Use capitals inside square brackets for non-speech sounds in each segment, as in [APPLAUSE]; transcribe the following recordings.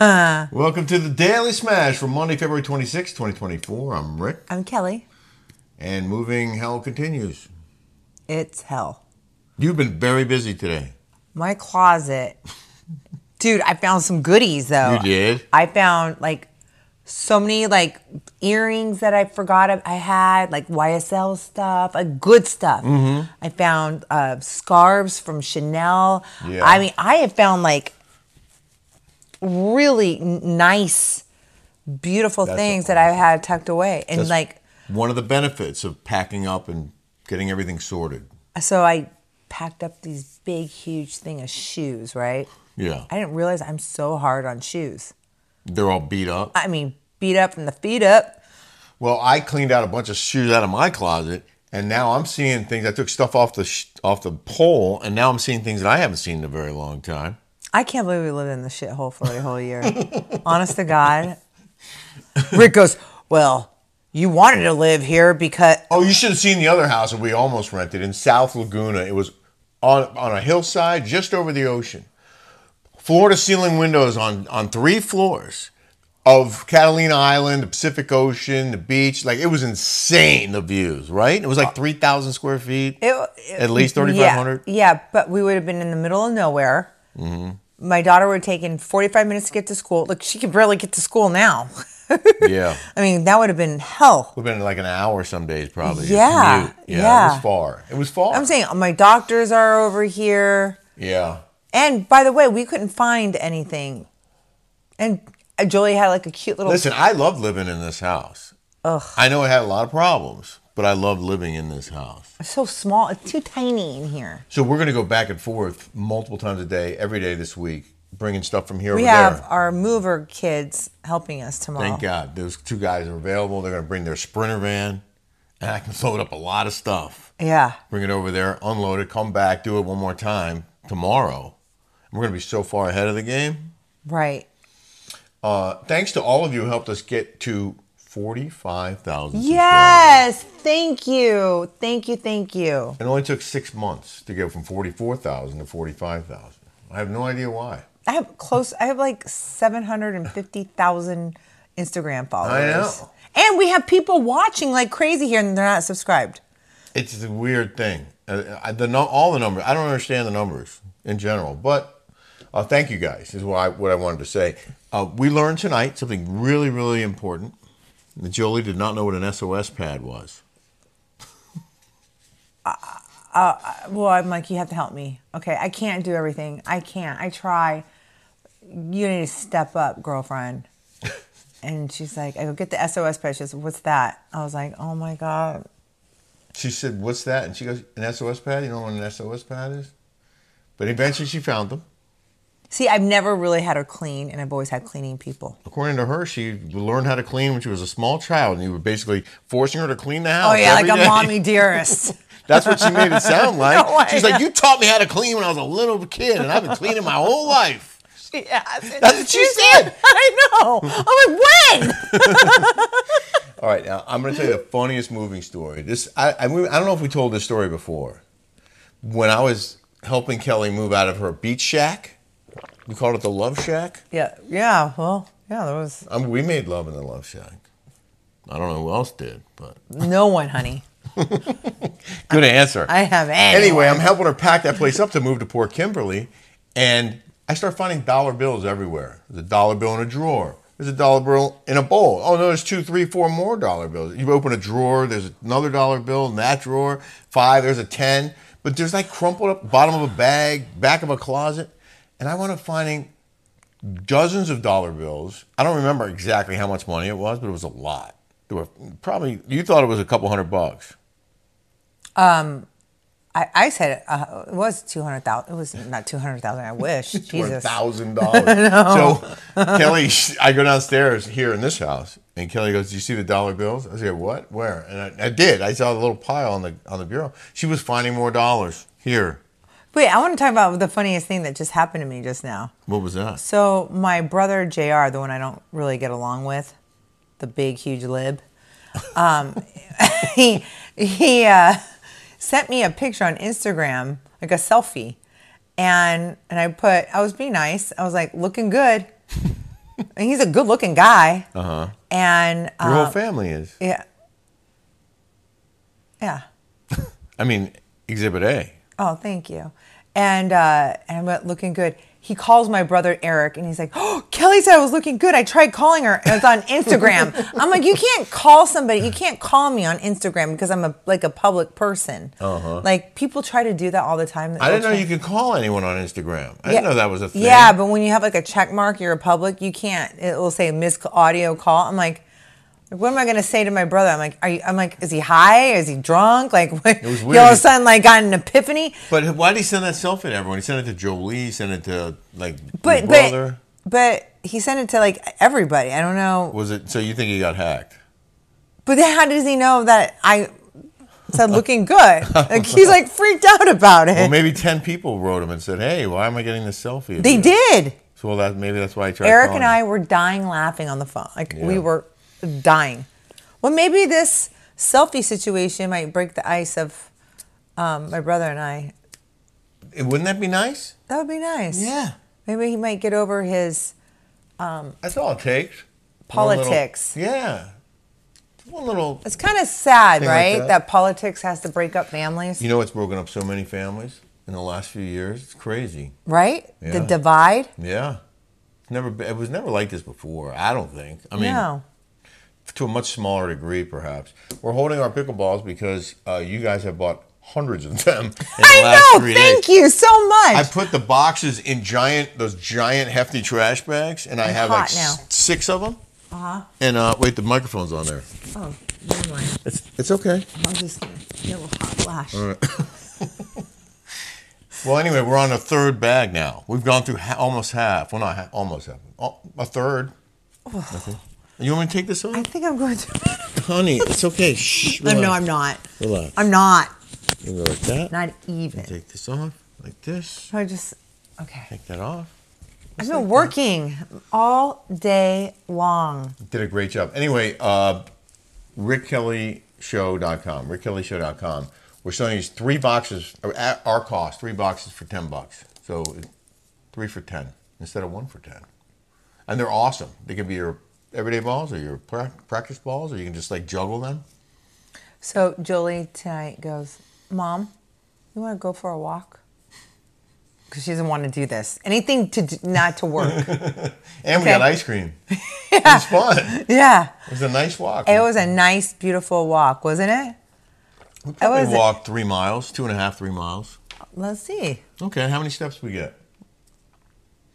Welcome to the Daily Smash for Monday, February 26, 2024. I'm Rick, I'm Kelly. and moving hell continues. It's hell. You've been very busy today. My closet. [LAUGHS] Dude, I found some goodies though. You did? I found like so many like earrings that I forgot I had, like YSL stuff, like good stuff. Mm-hmm. I found uh, scarves from Chanel. Yeah. I mean, I have found like really n- nice, beautiful That's things that I had tucked away. And That's- like, One of the benefits of packing up and getting everything sorted. so I packed up these big, huge thing of shoes, right? Yeah. I didn't realize I'm so hard on shoes. They're all beat up. I mean, beat up from the feet up. Well, I cleaned out a bunch of shoes out of my closet, and now I'm seeing things. I took stuff off the sh- off the pole, and now I'm seeing things that I haven't seen in a very long time. I can't believe we lived in this shithole for a [LAUGHS] whole year. Honest to God. Rick goes, Well, you wanted to live here because Oh, you should have seen the other house that we almost rented in South Laguna. It was on on a hillside just over the ocean. Floor to ceiling windows on on three floors of Catalina Island, the Pacific Ocean, the beach. Like it was insane the views, right? It was like 3,000 square feet. Uh, it, it- At least yeah, 3,500? Yeah, but we would have been in the middle of nowhere. Mm-hmm. My daughter would have taken 45 minutes to get to school. Look, she could barely get to school now. [LAUGHS] yeah. I mean, that would have been hell. We've been like an hour some days probably. Yeah, Commute. Yeah, It yeah. was far. It was far. I'm saying my doctors are over here. yeah. And by the way, we couldn't find anything. And uh, Jolie had like a cute little. Listen, I love living in this house. Ugh. I know it had a lot of problems, but I love living in this house. It's so small. It's too tiny in here. So we're going to go back and forth multiple times a day, every day this week, bringing stuff from here We over have there. our mover kids helping us tomorrow. Thank God those two guys are available. They're going to bring their sprinter van, and I can [LAUGHS] load up a lot of stuff. Yeah. Bring it over there, unload it, come back, do it one more time tomorrow. We're going to be so far ahead of the game. Right. Uh, thanks to all of you who helped us get to forty-five thousand. Yes. Thank you. Thank you. Thank you. It only took six months to go from forty-four thousand to forty-five thousand. I have no idea why. I have close. I have like seven hundred and fifty thousand Instagram followers. know. And we have people watching like crazy here, and they're not subscribed. It's a weird thing. Uh, I- the num- all the numbers. I don't understand the numbers in general, but uh, thank you guys. Is what I what I wanted to say. Uh, we learned tonight something really really important. That Jolie did not know what an SOS pad was. Well, I'm like, you have to help me. Okay, I can't do everything. I can't. I try. You need to step up, girlfriend. [LAUGHS] and she's like, I go get the SOS pad. She goes, What's that? I was like, Oh my god. She said, "What's that?" And she goes, "An SOS pad. You know what an SOS pad is?" But eventually she found them. See, I've never really had her clean, and I've always had cleaning people. According to her, she learned how to clean when she was a small child, and you were basically forcing her to clean the house. Oh yeah, like every a day. [LAUGHS] mommy dearest. That's what she made it [LAUGHS] sound like. No, I She's know. like, you taught me how to clean when I was a little kid, and I've been cleaning my whole life. yeah, I said- That's what she said. [LAUGHS] I know. I'm like, when? [LAUGHS] All right, now I'm going to tell you the funniest moving story. This I, I we- I don't know if we told this story before. When I was helping Kelly move out of her beach shack, we called it the love shack. yeah, yeah. Well, yeah. There was I mean, we made love in the love shack. I don't know who else did, but no one, honey. good answer. I have anyone. anyway, I'm helping her pack that place up to move to Port Kimberly, and I start finding dollar bills everywhere. There's a dollar bill in a drawer. There's a dollar bill in a bowl. Oh no, there's two, three, four more dollar bills. You open a drawer, there's another dollar bill in that drawer. Five, there's a ten, but there's like crumpled up bottom of a bag, back of a closet, and I wound up finding dozens of dollar bills. I don't remember exactly how much money it was, but it was a lot. There were probably you thought it was a couple hundred bucks. I, I said uh, it was 200,000. It was not 200,000. [LAUGHS] I wish. Jesus. thousand [LAUGHS] dollars. So Kelly, I go downstairs here in this house, and Kelly goes, "Do you see the dollar bills?" I said, "What? Where?" And I, I did. I saw the little pile on the on the bureau. She was finding more dollars here. Wait, I want to talk about the funniest thing that just happened to me just now. What was that? So, my brother JR, the one I don't really get along with, the big, huge lib, [LAUGHS] um, [LAUGHS] he, he uh, sent me a picture on Instagram, like a selfie. And, and I put, I was being nice. I was like, looking good. and he's a good looking guy. And Your uh, whole family is. yeah, yeah. I mean, Exhibit A. Oh, thank you. And uh, and I went looking good. He calls my brother Eric, and he's like, "Oh, Kelly said I was looking good. I tried calling her. and It's on [LAUGHS] Instagram. I'm like, you can't call somebody. You can't call me on Instagram because I'm a like a public person. Uh-huh. Like people try to do that all the time. I didn't know They'll you could call anyone on Instagram. I yeah. didn't know that was a thing. Yeah, but when you have like a check mark, you're a public, you can't. It will say miss audio call. I'm like, what am I gonna say to my brother? I'm like, are you, I'm like, is he high? Is he drunk? Like, [LAUGHS] what? was He all of a weird. sudden like got an epiphany. But why did he send that selfie to everyone? He sent it to Jolie. He sent it to like But your brother. but but he sent it to like everybody. I don't know. was it? So you think he got hacked? But then how does he know that I said [LAUGHS] looking good? Like he's like freaked out about it. Well, maybe ten people wrote him and said, "Hey, why am I getting this selfie?" of they you?" did. So well, that maybe that's why I tried. Eric calling and I were dying laughing on the phone. Like we Yeah. were dying. Well, maybe this selfie situation might break the ice of um, my brother and I. him. Wouldn't that be nice? That would be nice. Maybe he might get over his. that's all it takes. One little- Politics. yeah, one little. It's kind of sad, Thing like right? that. that. politics has to break up families, You know, it's broken up so many families in the last few years. It's crazy. right? The Yeah. divide. Yeah, It's never. be- It was never like this before. I don't think. I mean, no. to a much smaller degree, perhaps. We're holding our pickleballs because uh, you guys have bought hundreds of them in the last I know. three Thank days. you so much. I put the boxes in giant, those giant hefty trash bags, and I have like hot now. s- six of them. Uh-huh. And uh, wait, the microphone's on there. oh, never mind. It's it's okay. I'll just give a hot flash. Well, anyway, we're on a third bag now. We've gone through ha- almost half. Well, not ha- almost half. Oh, a third. Okay. You want me to take this I off, think I'm going to. [LAUGHS] honey? It's okay. Shh. Oh, Relax. no, I'm not. Relax. I'm not. You go like that. Not even. Take this off like this. So I just. Okay. Take that off. I've been working all day long. did a great job. Anyway, uh, rickkellyshow.com, rickkellyshow.com. We're selling these three boxes or at our cost, three boxes for ten bucks. So three for ten instead of one for ten, and they're awesome. They can be your everyday balls or your pra- practice balls, or you can just like juggle them. So Jolie tonight goes, Mom, you want to go for a walk? Because she doesn't want to do this. Anything to d- not [LAUGHS] to work. And we Okay. got ice cream. It was fun. It yeah. was a nice walk. It was a nice, beautiful walk, wasn't it? we probably was- walked three miles, two and a half, three miles. Let's see. Okay, how many steps we get?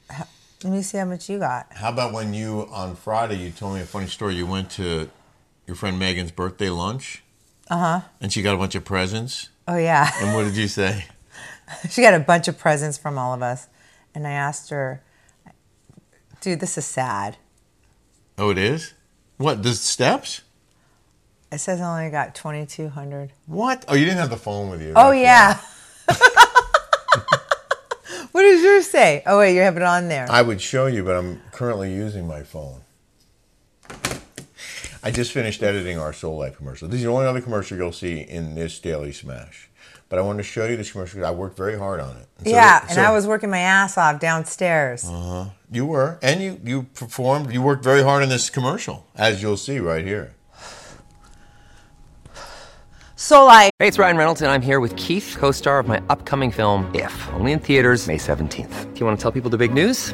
Let me see how much you got. How about when you on Friday you told me a funny story? You went to your friend Megan's birthday lunch. Uh-huh. Uh huh. And she got a bunch of presents. Oh, yeah. And what did you say? She got a bunch of presents from all of us. And I asked her, dude, this is sad. Oh, it is. What the steps? It says I only got 2,200. What? Oh, you didn't have the phone with you. Oh, That's yeah. [LAUGHS] what does yours say? Oh, wait, you have it on there. why. I would show you, but I'm currently using my phone. I just finished editing our Soul Life commercial. This is the only other commercial you'll see in this Daily Smash. But I wanted to show you this commercial 'cause I worked very hard on it. Uh-huh. And so- yeah, and so- I was working my ass off downstairs. You were, and you you performed. You worked very hard on this commercial, as you'll see right here. So, like, Hey, it's Ryan Reynolds, and I'm here with Keith, co star of my upcoming film, If, only in theaters, May 17th. Do you want to tell people the big news?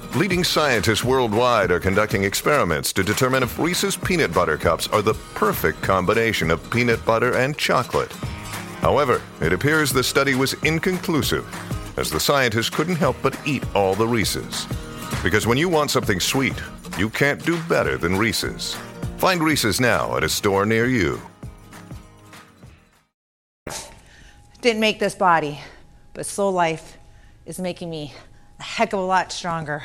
leading scientists worldwide are conducting experiments to determine if Reese's Peanut Butter Cups are the perfect combination of peanut butter and chocolate. However, it appears the study was inconclusive, as the scientists couldn't help but eat all the Reese's. Because when you want something sweet, you can't do better than Reese's. Find Reese's now at a store near you. didn't make this body, but Soul Life is making me a heck of a lot stronger.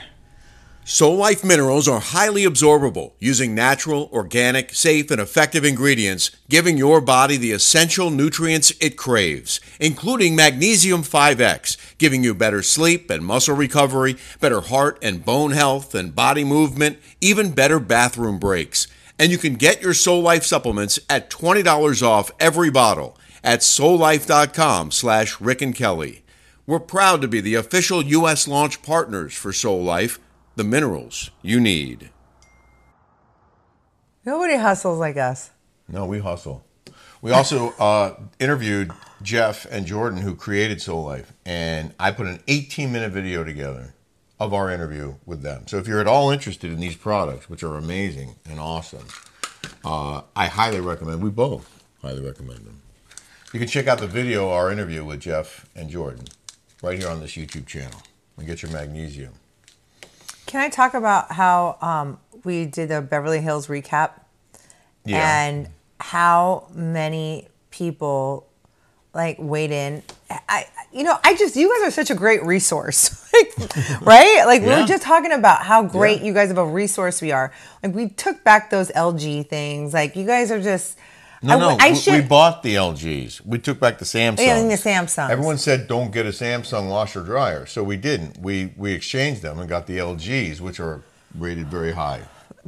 Soul Life minerals are highly absorbable, using natural, organic, safe, and effective ingredients, giving your body the essential nutrients it craves, including magnesium 5x, giving you better sleep and muscle recovery, better heart and bone health and body movement, even better bathroom breaks. And you can get your Soul Life supplements at $20 off every bottle at soullife.com slash Rick and Kelly. We're proud to be the official U.S. launch partners for Soul Life, the minerals you need. Nobody hustles like us. No, we hustle. We also uh, interviewed Jeff and Jordan, who created Soul Life, and I put an 18 minute video together of our interview with them. So if you're at all interested in these products, which are amazing and awesome, uh, I highly recommend. We both highly recommend them. You can check out the video, our interview with Jeff and Jordan, right here on this YouTube channel, and get your magnesium. Can I talk about how um, we did the Beverly Hills recap and how many people like weighed in? I, you know, I just you guys are such a great resource, [LAUGHS] [LAUGHS] Like, right? Like we Yeah. were just talking about how great Yeah. you guys of a resource we are. Like we took back those LG things. Like you guys are just. No, I, no, I we, should, we bought the LGs. We took back the Samsung. Yeah, and the Samsungs. Everyone said don't get a Samsung washer dryer, so we didn't. We we exchanged them and got the LGs, which are rated very high.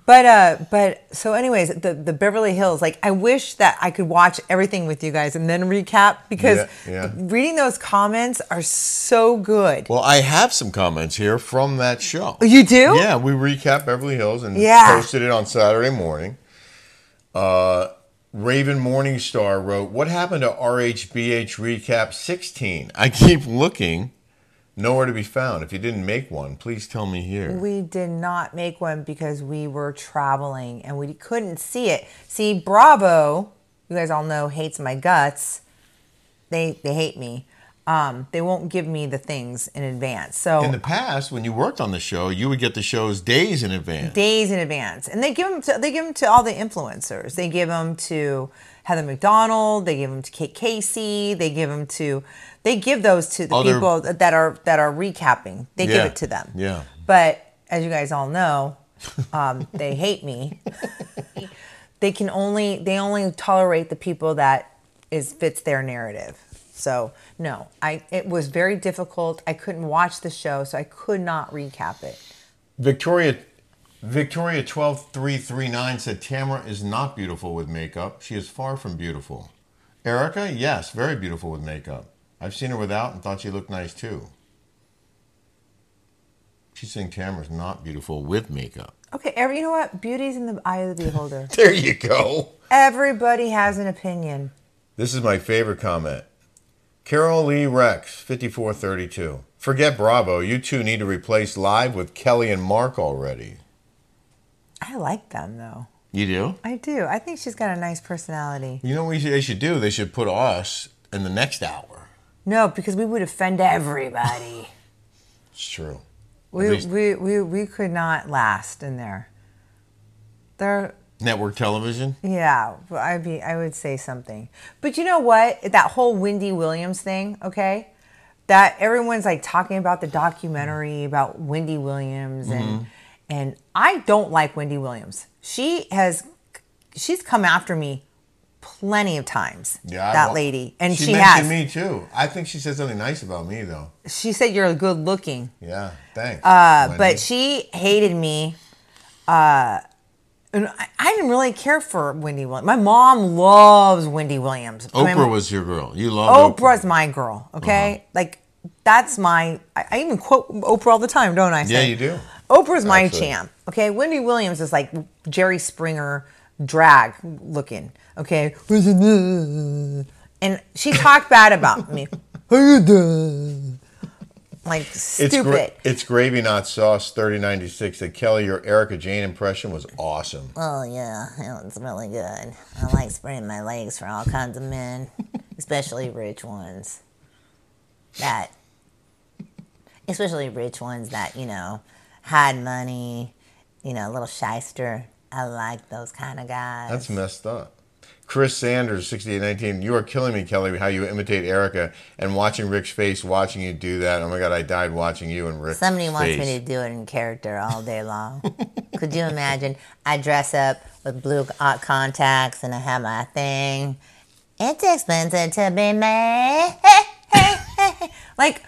But uh, but so anyways, the the Beverly Hills. Like I wish that I could watch everything with you guys and then recap because Yeah, yeah. reading those comments are so good. Well, I have some comments here from that show. Oh, you do? Yeah, we recap Beverly Hills and Yeah. posted it on Saturday morning. Uh, Raven Morningstar wrote, "What happened to RHBH recap 16? I keep looking, nowhere to be found. If you didn't make one, please tell me here." We did not make one because we were traveling and we couldn't see it. See, Bravo, you guys all know hates my guts. They they hate me. Um, they won't give me the things in advance. So In the past, when you worked on the show, you would get the shows days in advance. days in advance, and they give them to, they give them to all the influencers. They give them to Heather McDonald. They give them to Kate Casey. They give them to they give those to the Other- people that are that are recapping. They Yeah. give it to them. Yeah. But as you guys all know, um, they [LAUGHS] hate me. they can only they only tolerate the people that is fits their narrative. So no, I it was very difficult. I couldn't watch the show, so I could not recap it. Victoria Victoria twelve three three nine said Tamara is not beautiful with makeup. She is far from beautiful. Erica, yes, very beautiful with makeup. I've seen her without and thought she looked nice too. She's saying Tamara's not beautiful with makeup. [LAUGHS] Okay, every you know what? Beauty's in the eye of the beholder. [LAUGHS] There you go. Everybody has an opinion. This is my favorite comment. Carol Lee Rex, 5432. Forget Bravo. You two need to replace Live with Kelly and Mark already. I like them though. You do? I do. I think she's got a nice personality. You know what they should do? They should put us in the next hour. No, because we would offend everybody. It's true. At we, least- we, we, we could not last in there. There, Network television? yeah, I'd be, I would say something. But you know what? That whole Wendy Williams thing, okay? That everyone's like talking about the documentary about Wendy Williams Mm-hmm. and and I don't like Wendy Williams. She has she's come after me plenty of times. I that wa- lady. And she, has. mentioned me too. I think she said something nice about me though. She said you're good looking. Yeah, thanks. Uh, but she hated me. Uh, and I, I didn't really care for Wendy Williams. My mom loves Wendy Williams. Oprah my, was your girl. You Oh, love Oprah's my girl. Uh-huh. Okay, like that's my. I, I even quote Oprah all the time, don't I? Yeah, say? you do. Oprah's my Absolutely. champ. Okay, Wendy Williams is like Jerry Springer drag looking. Okay, and she talked bad [LAUGHS] about me. Like It's stupid. gra- it's gravy not sauce 3096 that Kelly your Erica Jane impression was awesome. Oh yeah, yeah, it's really good. I like spreading my legs for all kinds of men, especially rich ones. That, especially rich ones that you know, had money, you know, a little shyster. I like those kind of guys. That's messed up. Chris Sanders, 6819, you are killing me, Kelly, how you imitate Erica and watching Rick's face, watching you do that. Oh my God, I died watching you and Rick. Somebody wants me to do it in character all day long. Could you imagine? I dress up with blue uh, contacts and I have my thing. It's expensive to be me. [LAUGHS] Like,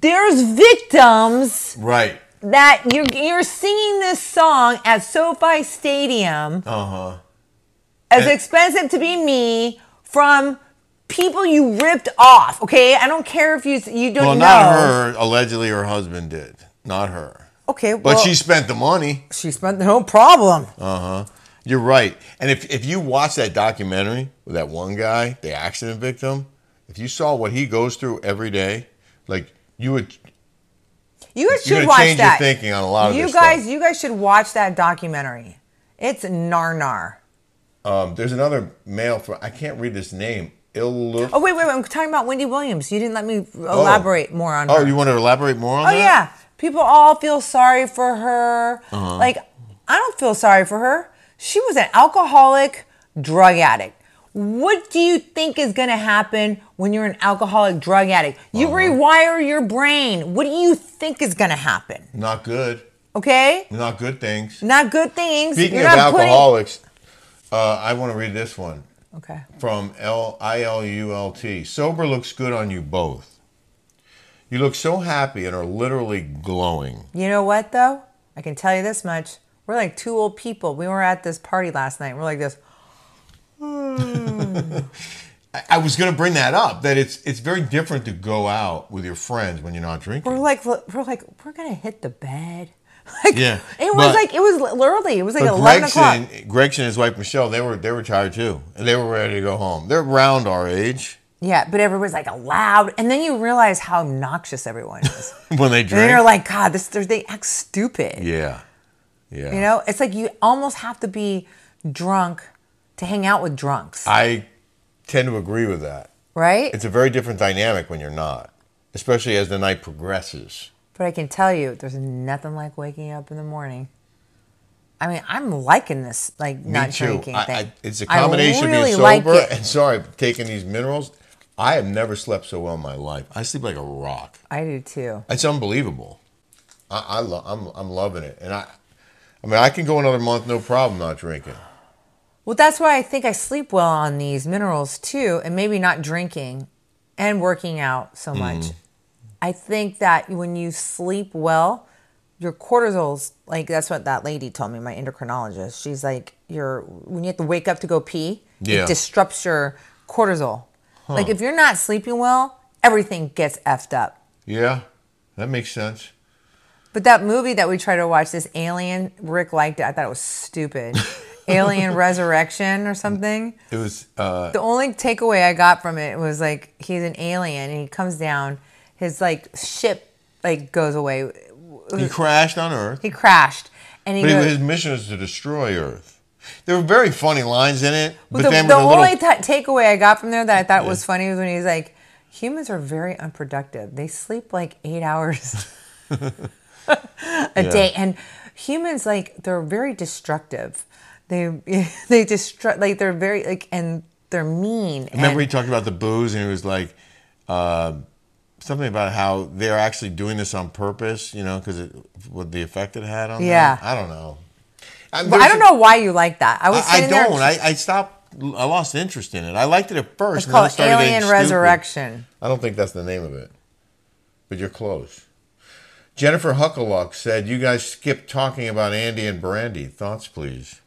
there's victims Right. that you're, you're singing this song at SoFi Stadium. Uh huh. Uh-huh. As expensive to be me from people you ripped off. Okay, I don't care if you you don't Well, know. not her. Allegedly, her husband did. Not her. Okay, well, But Uh, she spent the money. she spent no problem. You're right. And if, if you watch that documentary with that one guy, the accident victim, if you saw what he goes through every day, like you would, You guys You're should gonna watch change your that. thinking on a lot of you this guys. stuff. You guys should watch that documentary. It's Narnar. um, there's another male for, I can't read his name. Ill- Oh wait, wait, wait! I'm talking about Wendy Williams. You didn't let me elaborate more on Oh, her. you want to elaborate more on oh that? yeah, people all feel sorry for her. Uh-huh. Like I don't feel sorry for her. She was an alcoholic, drug addict. What do you think is going to happen when you're an alcoholic, drug addict? Uh-huh. You rewire your brain. What do you think is going to happen? Not good. Okay, Not good things. not good things. Speaking of You're not putting- alcoholics, uh, I want to read this one Okay. from L I L U L T. Sober looks good on you both. You look so happy and are literally glowing. You know what though? I can tell you this much. We're like two old people. We were at this party last night. We're like this. I, I was going to bring that up that it's it's very different to go out with your friends when you're not drinking. We're like we're like we're gonna hit the bed. [LAUGHS] Like, Yeah, It was but- like it was early. It was like But eleven o'clock. Gregson, Gregson and his wife Michelle, they were they were tired too, and they were ready to go home. They're around our age [LAUGHS] Yeah, but everybody's like loud, and then you realize how obnoxious everyone [LAUGHS] is. when they and then drink. you're like, God, this they're- they act stupid. yeah, yeah. You know, it's like you almost have to be drunk to hang out with drunks, I tend to agree with that. right? It's a very different dynamic when you're not, especially as the night progresses. But I can tell you, there's nothing like waking up in the morning. I mean, I'm liking this, like not Me too. drinking I- thing. I- it's a I combination really of being like sober it. and sorry, taking these minerals. I have never slept so well in my life. I sleep like a rock. I do too. It's unbelievable. I, I lo- I'm I'm loving it, and I, I mean, I can go another month no problem not drinking. Well, that's why I think I sleep well on these minerals too, and maybe not drinking and working out so much. I think that when you sleep well, your cortisol's like that's what that lady told me, my endocrinologist. She's like, your when you have to wake up to go pee, Yeah. it disrupts your cortisol. Like if you're not sleeping well, everything gets effed up. Yeah, that makes sense. But that movie that we tried to watch, this Alien, Rick liked it. I thought it was stupid. Alien Resurrection or something. It was uh, The only takeaway I got from it was like he's an alien and he comes down, his like ship like goes away. he crashed on Earth, He crashed and he but he, goes. his mission is to destroy Earth. There were very funny lines in it, but, the then the with a little, only ta takeaway I got from there that I thought was funny was when he's like, humans are very unproductive. They sleep like eight hours [LAUGHS] a day, and humans like they're very destructive. They [LAUGHS] they destruct like they're very like and they're mean. remember and- he talked about the booze, and he was like. Uh, Something about how they're actually doing this on purpose, you know, because what the effect it had on them. Yeah. I don't know. But I don't know why you like that. I was I, I sitting there- don't. I, I stopped. I lost interest in it. I liked it at first. It's and then called started getting Alien stupid. Resurrection. I don't think that's the name of it, but you're close. Jennifer Huckaluck said, "You guys skipped talking about Andy and Brandy. Thoughts, please."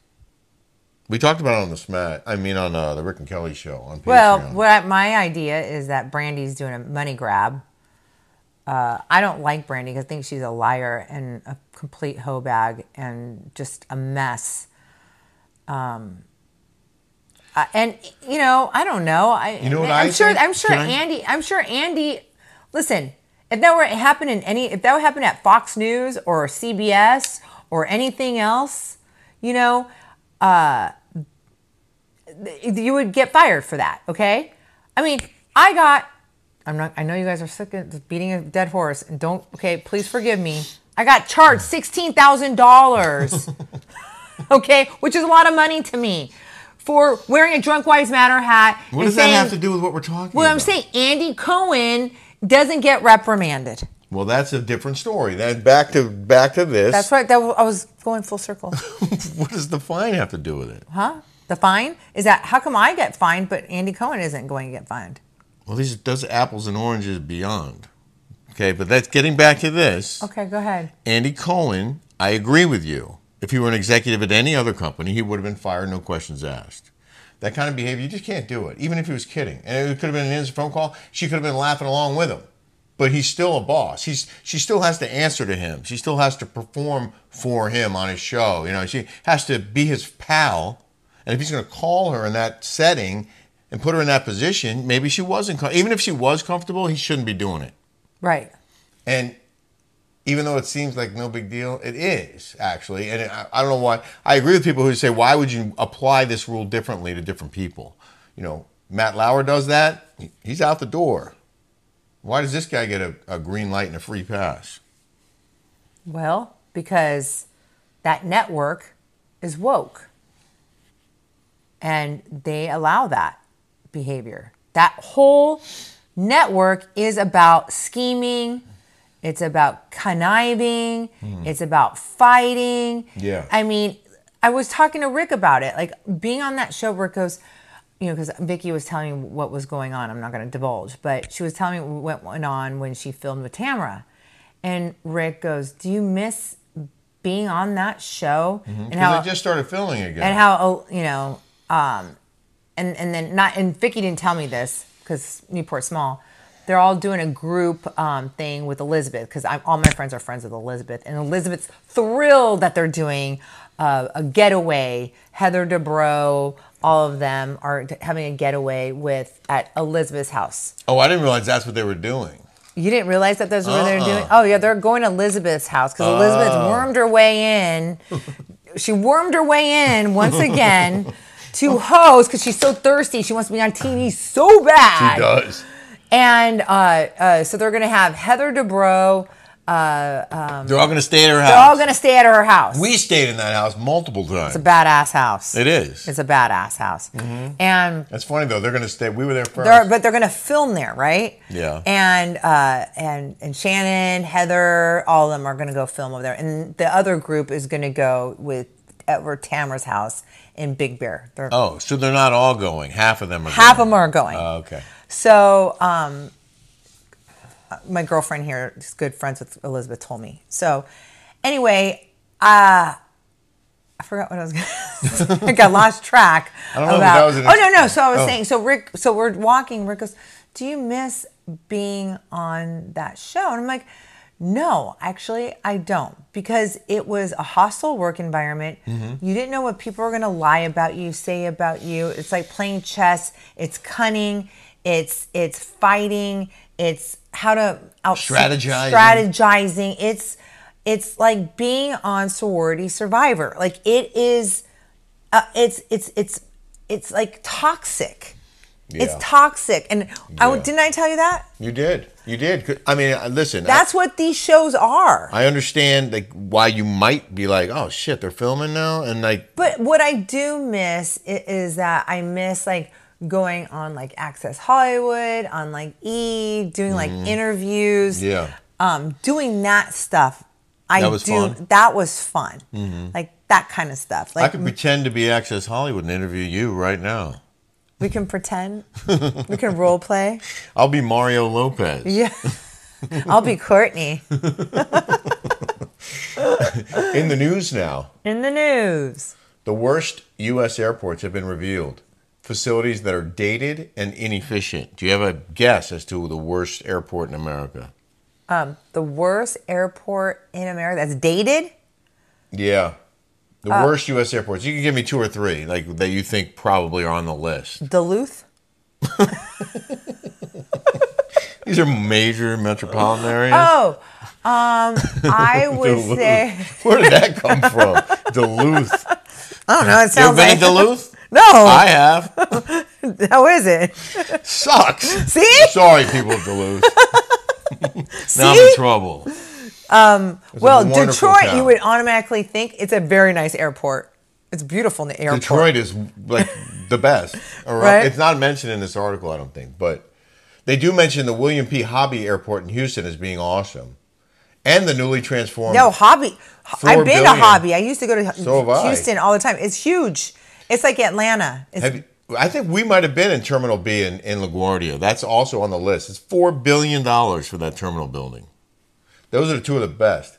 We talked about it on the Smack. I mean, on uh, the Rick and Kelly show on Patreon. Well, what I, my idea is that Brandy's doing a money grab. Uh, I don't like Brandy because I think she's a liar and a complete hoe bag and just a mess. Um, uh, and you know, I don't know. I, know what I'm I sure. think? I'm sure Can I- Andy. I'm sure Andy. Listen, if that were to happen in any, if that would happen at Fox News or CBS or anything else, you know, you would get fired for that. Okay. I mean, I got. I'm not. I know you guys are sick of beating a dead horse, and don't. Okay, please forgive me. I got [LAUGHS] charged sixteen thousand dollars. okay, which is a lot of money to me for wearing a drunk wives matter hat. What and does that saying- have to do with what we're talking Well, about? I'm saying Andy Cohen doesn't get reprimanded. Well, that's a different story. Then back to back to this. That's right. That w- I was going full circle. [LAUGHS] What does the fine have to do with it? Huh? The fine is that how come I get fined but Andy Cohen isn't going to get fined? Well, these does apples and oranges beyond. Okay, but that's getting back to this. Okay, go ahead. Andy Cohen, I agree with you. If he were an executive at any other company, he would have been fired, no questions asked. That kind of behavior, you just can't do it, even if he was kidding. And it could have been an instant phone call. She could have been laughing along with him. But he's still a boss. He's she still has to answer to him. She still has to perform for him on his show. You know, she has to be his pal. And if he's going to call her in that setting and put her in that position, maybe she wasn't. com- Even if she was comfortable, he shouldn't be doing it. Right. And even though it seems like no big deal, it is actually. And I, I don't know why. I agree with people who say, why would you apply this rule differently to different people? You know, Matt Lauer does that, he's out the door. Why does this guy get a, a green light and a free pass? Well, because that network is woke and they allow that behavior. That whole network is about scheming, it's about conniving, it's about fighting. Yeah. I mean, I was talking to Rick about it. Like being on that show, Rick goes, you know, because Vicky was telling me what was going on. I'm not going to divulge, but she was telling me what went on when she filmed with Tamara. And Rick goes, "Do you miss being on that show?" And 'Cause they just started filming again. and how oh, you know um and and then not and Vicky didn't tell me this because Newport small they're all doing a group um, thing with Elizabeth because all my friends are friends with Elizabeth and Elizabeth's thrilled that they're doing uh, a getaway Heather Dubrow all of them are t- having a getaway with at Elizabeth's house oh, I didn't realize that's what they were doing. you didn't realize that that's what they're Uh-uh. Uh. doing? Oh, yeah, they're going to Elizabeth's house because Elizabeth wormed her way [LAUGHS] in. she wormed her way in once again to host because she's so thirsty. She wants to be on TV so bad. He does. And uh, uh, so they're going to have Heather Dubrow. They're all going to stay at her house. They're all going to stay at her house. we stayed in that house multiple times. it's a badass house. It is. Mm-hmm. It's a badass house. And That's funny though. They're going to stay. We were there 1st They're, but they're going to film there, right? Yeah. And uh, and and Shannon, Heather, all of them are going to go film over there, and the other group is going to go with over Tamara's house in Big Bear. They're, oh, so they're not all going. Half of them are. Half of going. them are going. Oh, okay. So, um, my girlfriend here is good friends with Elizabeth. Told me. So, anyway, uh, I forgot what I was. gonna [LAUGHS] I got lost track. I don't know, but about, that was an- oh no no. So I was Oh. saying. So Rick. So we're walking. Rick goes, "Do you miss being on that show?" And I'm like. No, actually, I don't because it was a hostile work environment. You didn't know what people were going to lie about you, say about you. It's like playing chess. It's cunning. It's it's fighting. It's how to out Strategizing. strategizing. It's it's like being on sorority survivor. Like it is. Uh, it's it's it's it's like toxic. It's Yeah. toxic, and I Yeah. didn't I tell you that? You did. You did. I mean, I- listen. That's what these shows are. I, I understand like why you might be like, oh shit, they're filming now, and like, But what I do miss i- is that I miss like going on like Access Hollywood, on like E, doing like interviews. Mm-hmm. Yeah. Um, doing that stuff. I That was do fun? Mm-hmm. that was fun. Like that kind of stuff. I Like could pretend to be Access Hollywood and interview you right now. we can [LAUGHS] pretend. we can role play. [LAUGHS] I'll be Mario Lopez. Yeah. I'll be [LAUGHS] Courtney In the news now, in the news. the worst U.S. airports have been revealed. Facilities that are dated and inefficient. Do you have a guess as to the worst airport in America? Um, the worst airport in America that's dated. Yeah. The Uh, worst U.S. airports. You can give me two or three, like that you think probably are on the list. Duluth. These are major metropolitan areas. Oh, um, [LAUGHS] I would [LAUGHS] say. Where did that come from? [LAUGHS] Duluth. I don't know. It You ever sounds been like to Duluth? [LAUGHS] No. I have. How is it? Sucks. See? Sorry, people of [LAUGHS] Duluth. now I'm See? in trouble. Well, wonderful Detroit, town. you would automatically think it's a very nice airport. It's beautiful in the airport. Detroit is like the best. around- Right? It's not mentioned in this article, I don't think, but they do mention the William P. Hobby Airport in Houston as being awesome, and the newly transformed. No, hobby. Four I've billion. been to hobby. I used to go to So have I. Houston all the time. It's huge. It's like Atlanta. It's, Have you- I think we might have been in Terminal B in, in LaGuardia. That's also on the list. It's four billion dollars for that terminal building. Those are two of the best.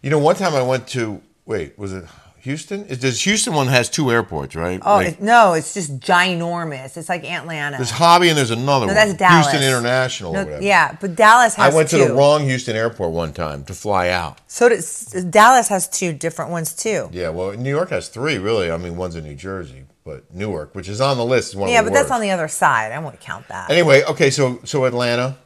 You know, one time I went to wait, was it Houston? Is this Houston one has two airports, right? oh Like, it- no, it's just ginormous. It's like Atlanta. there's Hobby and there's another one. no, that's Dallas. Houston International. or No, whatever. yeah, but Dallas I has. went to two. the wrong Houston airport one time to fly out. So does, Dallas has two different ones too. Yeah, well, New York has three, really. I mean, one's in New Jersey, but Newark, which is on the list, is one Yeah, of the but that's worst. on the other side. I won't count that. Is Anyway, okay, so so Atlanta,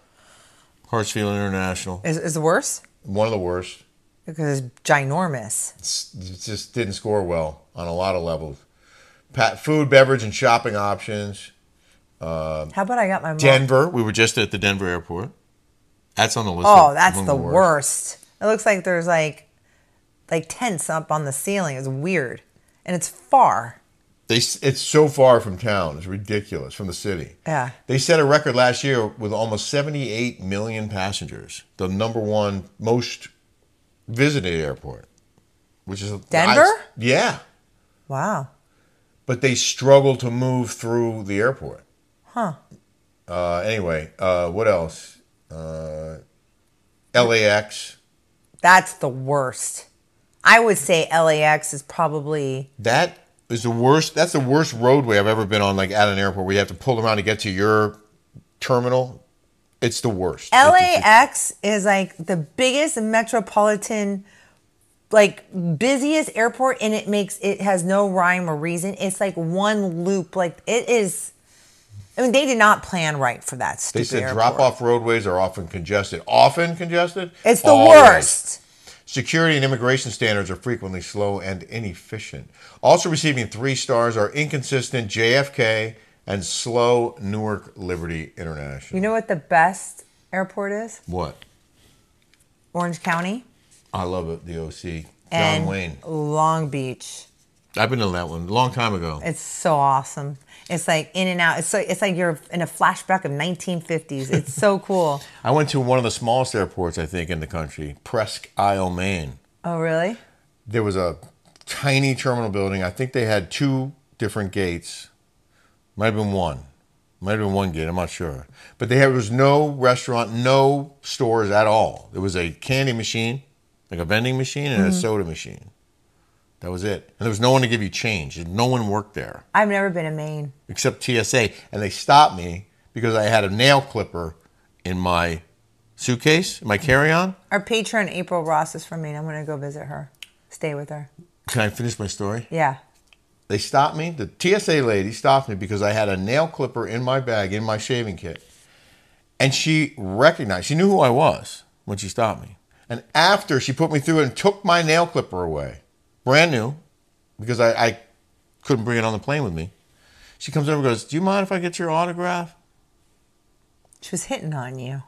Hartsfield International, is it worse? one of the worst. Because it's ginormous. It's, it just didn't score well on a lot of levels. Pat, food, beverage, and shopping options. How about I got my mom? Denver, we were just at the Denver airport. That's on the list. oh, of that's one of the worst. It looks like there's like like tents up on the ceiling. It's weird, and it's far. They, s- it's so far from town. It's ridiculous from the city. Yeah. They set a record last year with almost 78 million passengers, the number one most visited airport, which is Denver? I- yeah, Wow. but they struggle to move through the airport. Huh. Uh, anyway, uh, what else? Uh, LAX. That's the worst. I would say LAX is probably That is the worst. That's the worst roadway I've ever been on, like at an airport where you have to pull around to get to your terminal. It's the worst. It's- it's- LAX is like the biggest metropolitan, like busiest airport, and it makes it has no rhyme or reason. It's like one loop. Like it is. I mean, they did not plan right for that. They Stupid said airport. drop off roadways are often congested. Often congested? It's the Always. worst. Security and immigration standards are frequently slow and inefficient. Also receiving three stars are inconsistent JFK and slow Newark Liberty International. You know what the best airport is? what? Orange County I love it, the OC. John and Wayne. Long Beach. I've been to that one a long time ago. It's so awesome. It's like in and out. It's like it's like you're in a flashback of 1950s. It's [LAUGHS] so cool. I went to one of the smallest airports, I think, in the country, Presque Isle, Maine. Oh, really? there was a tiny terminal building. I think they had two different gates. Might have been one. Might have been one gate. I'm not sure. But they had, there was no restaurant, no stores at all. There was a candy machine, like a vending machine, and a soda machine. That was it. And there was no one to give you change. No one worked there I've never been to Maine. except TSA. And they stopped me because I had a nail clipper in my suitcase, my carry on. Our patron April Ross is from Maine. I'm gonna go visit her, stay with her. Can I finish my story? Yeah. They stopped me. The TSA lady stopped me because I had a nail clipper in my bag, in my shaving kit. And she recognized, she knew who I was when she stopped me. And after she put me through and took my nail clipper away, brand new, because I, I couldn't bring it on the plane with me, she comes over and goes, Do you mind if I get your autograph? She was hitting on you.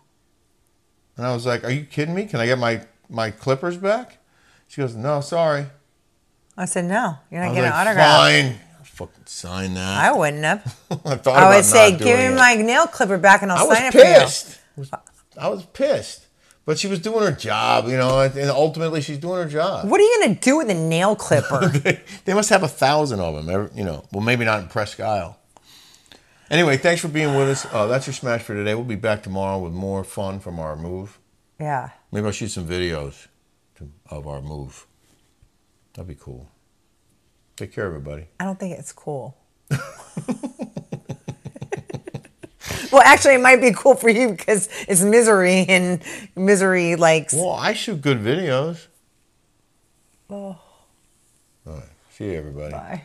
And I was like, Are you kidding me? Can I get my, my clippers back? She goes, No, sorry. I said, no, you're I not was like, getting an autograph. Fine. Fucking sign I that. wouldn't have. [LAUGHS] I, thought I about would say, not give me doing it. my nail clipper back and I'll I was sign it for you. pissed. Was- I was pissed. But she was doing her job, you know, and and ultimately she's doing her job. What are you gonna do with a nail clipper? [LAUGHS] They must have a thousand of them, every, you know. Well, maybe not in Presque Isle. Anyway, thanks for being with us. Uh, that's your smash for today. We'll be back tomorrow with more fun from our move. yeah. Maybe I'll shoot some videos to, of our move. That'd be cool. Take care, everybody. I don't think it's cool. [LAUGHS] well, actually, it might be cool for you because it's misery and misery likes. Well, I shoot good videos. Oh. All right. See you, everybody. Bye.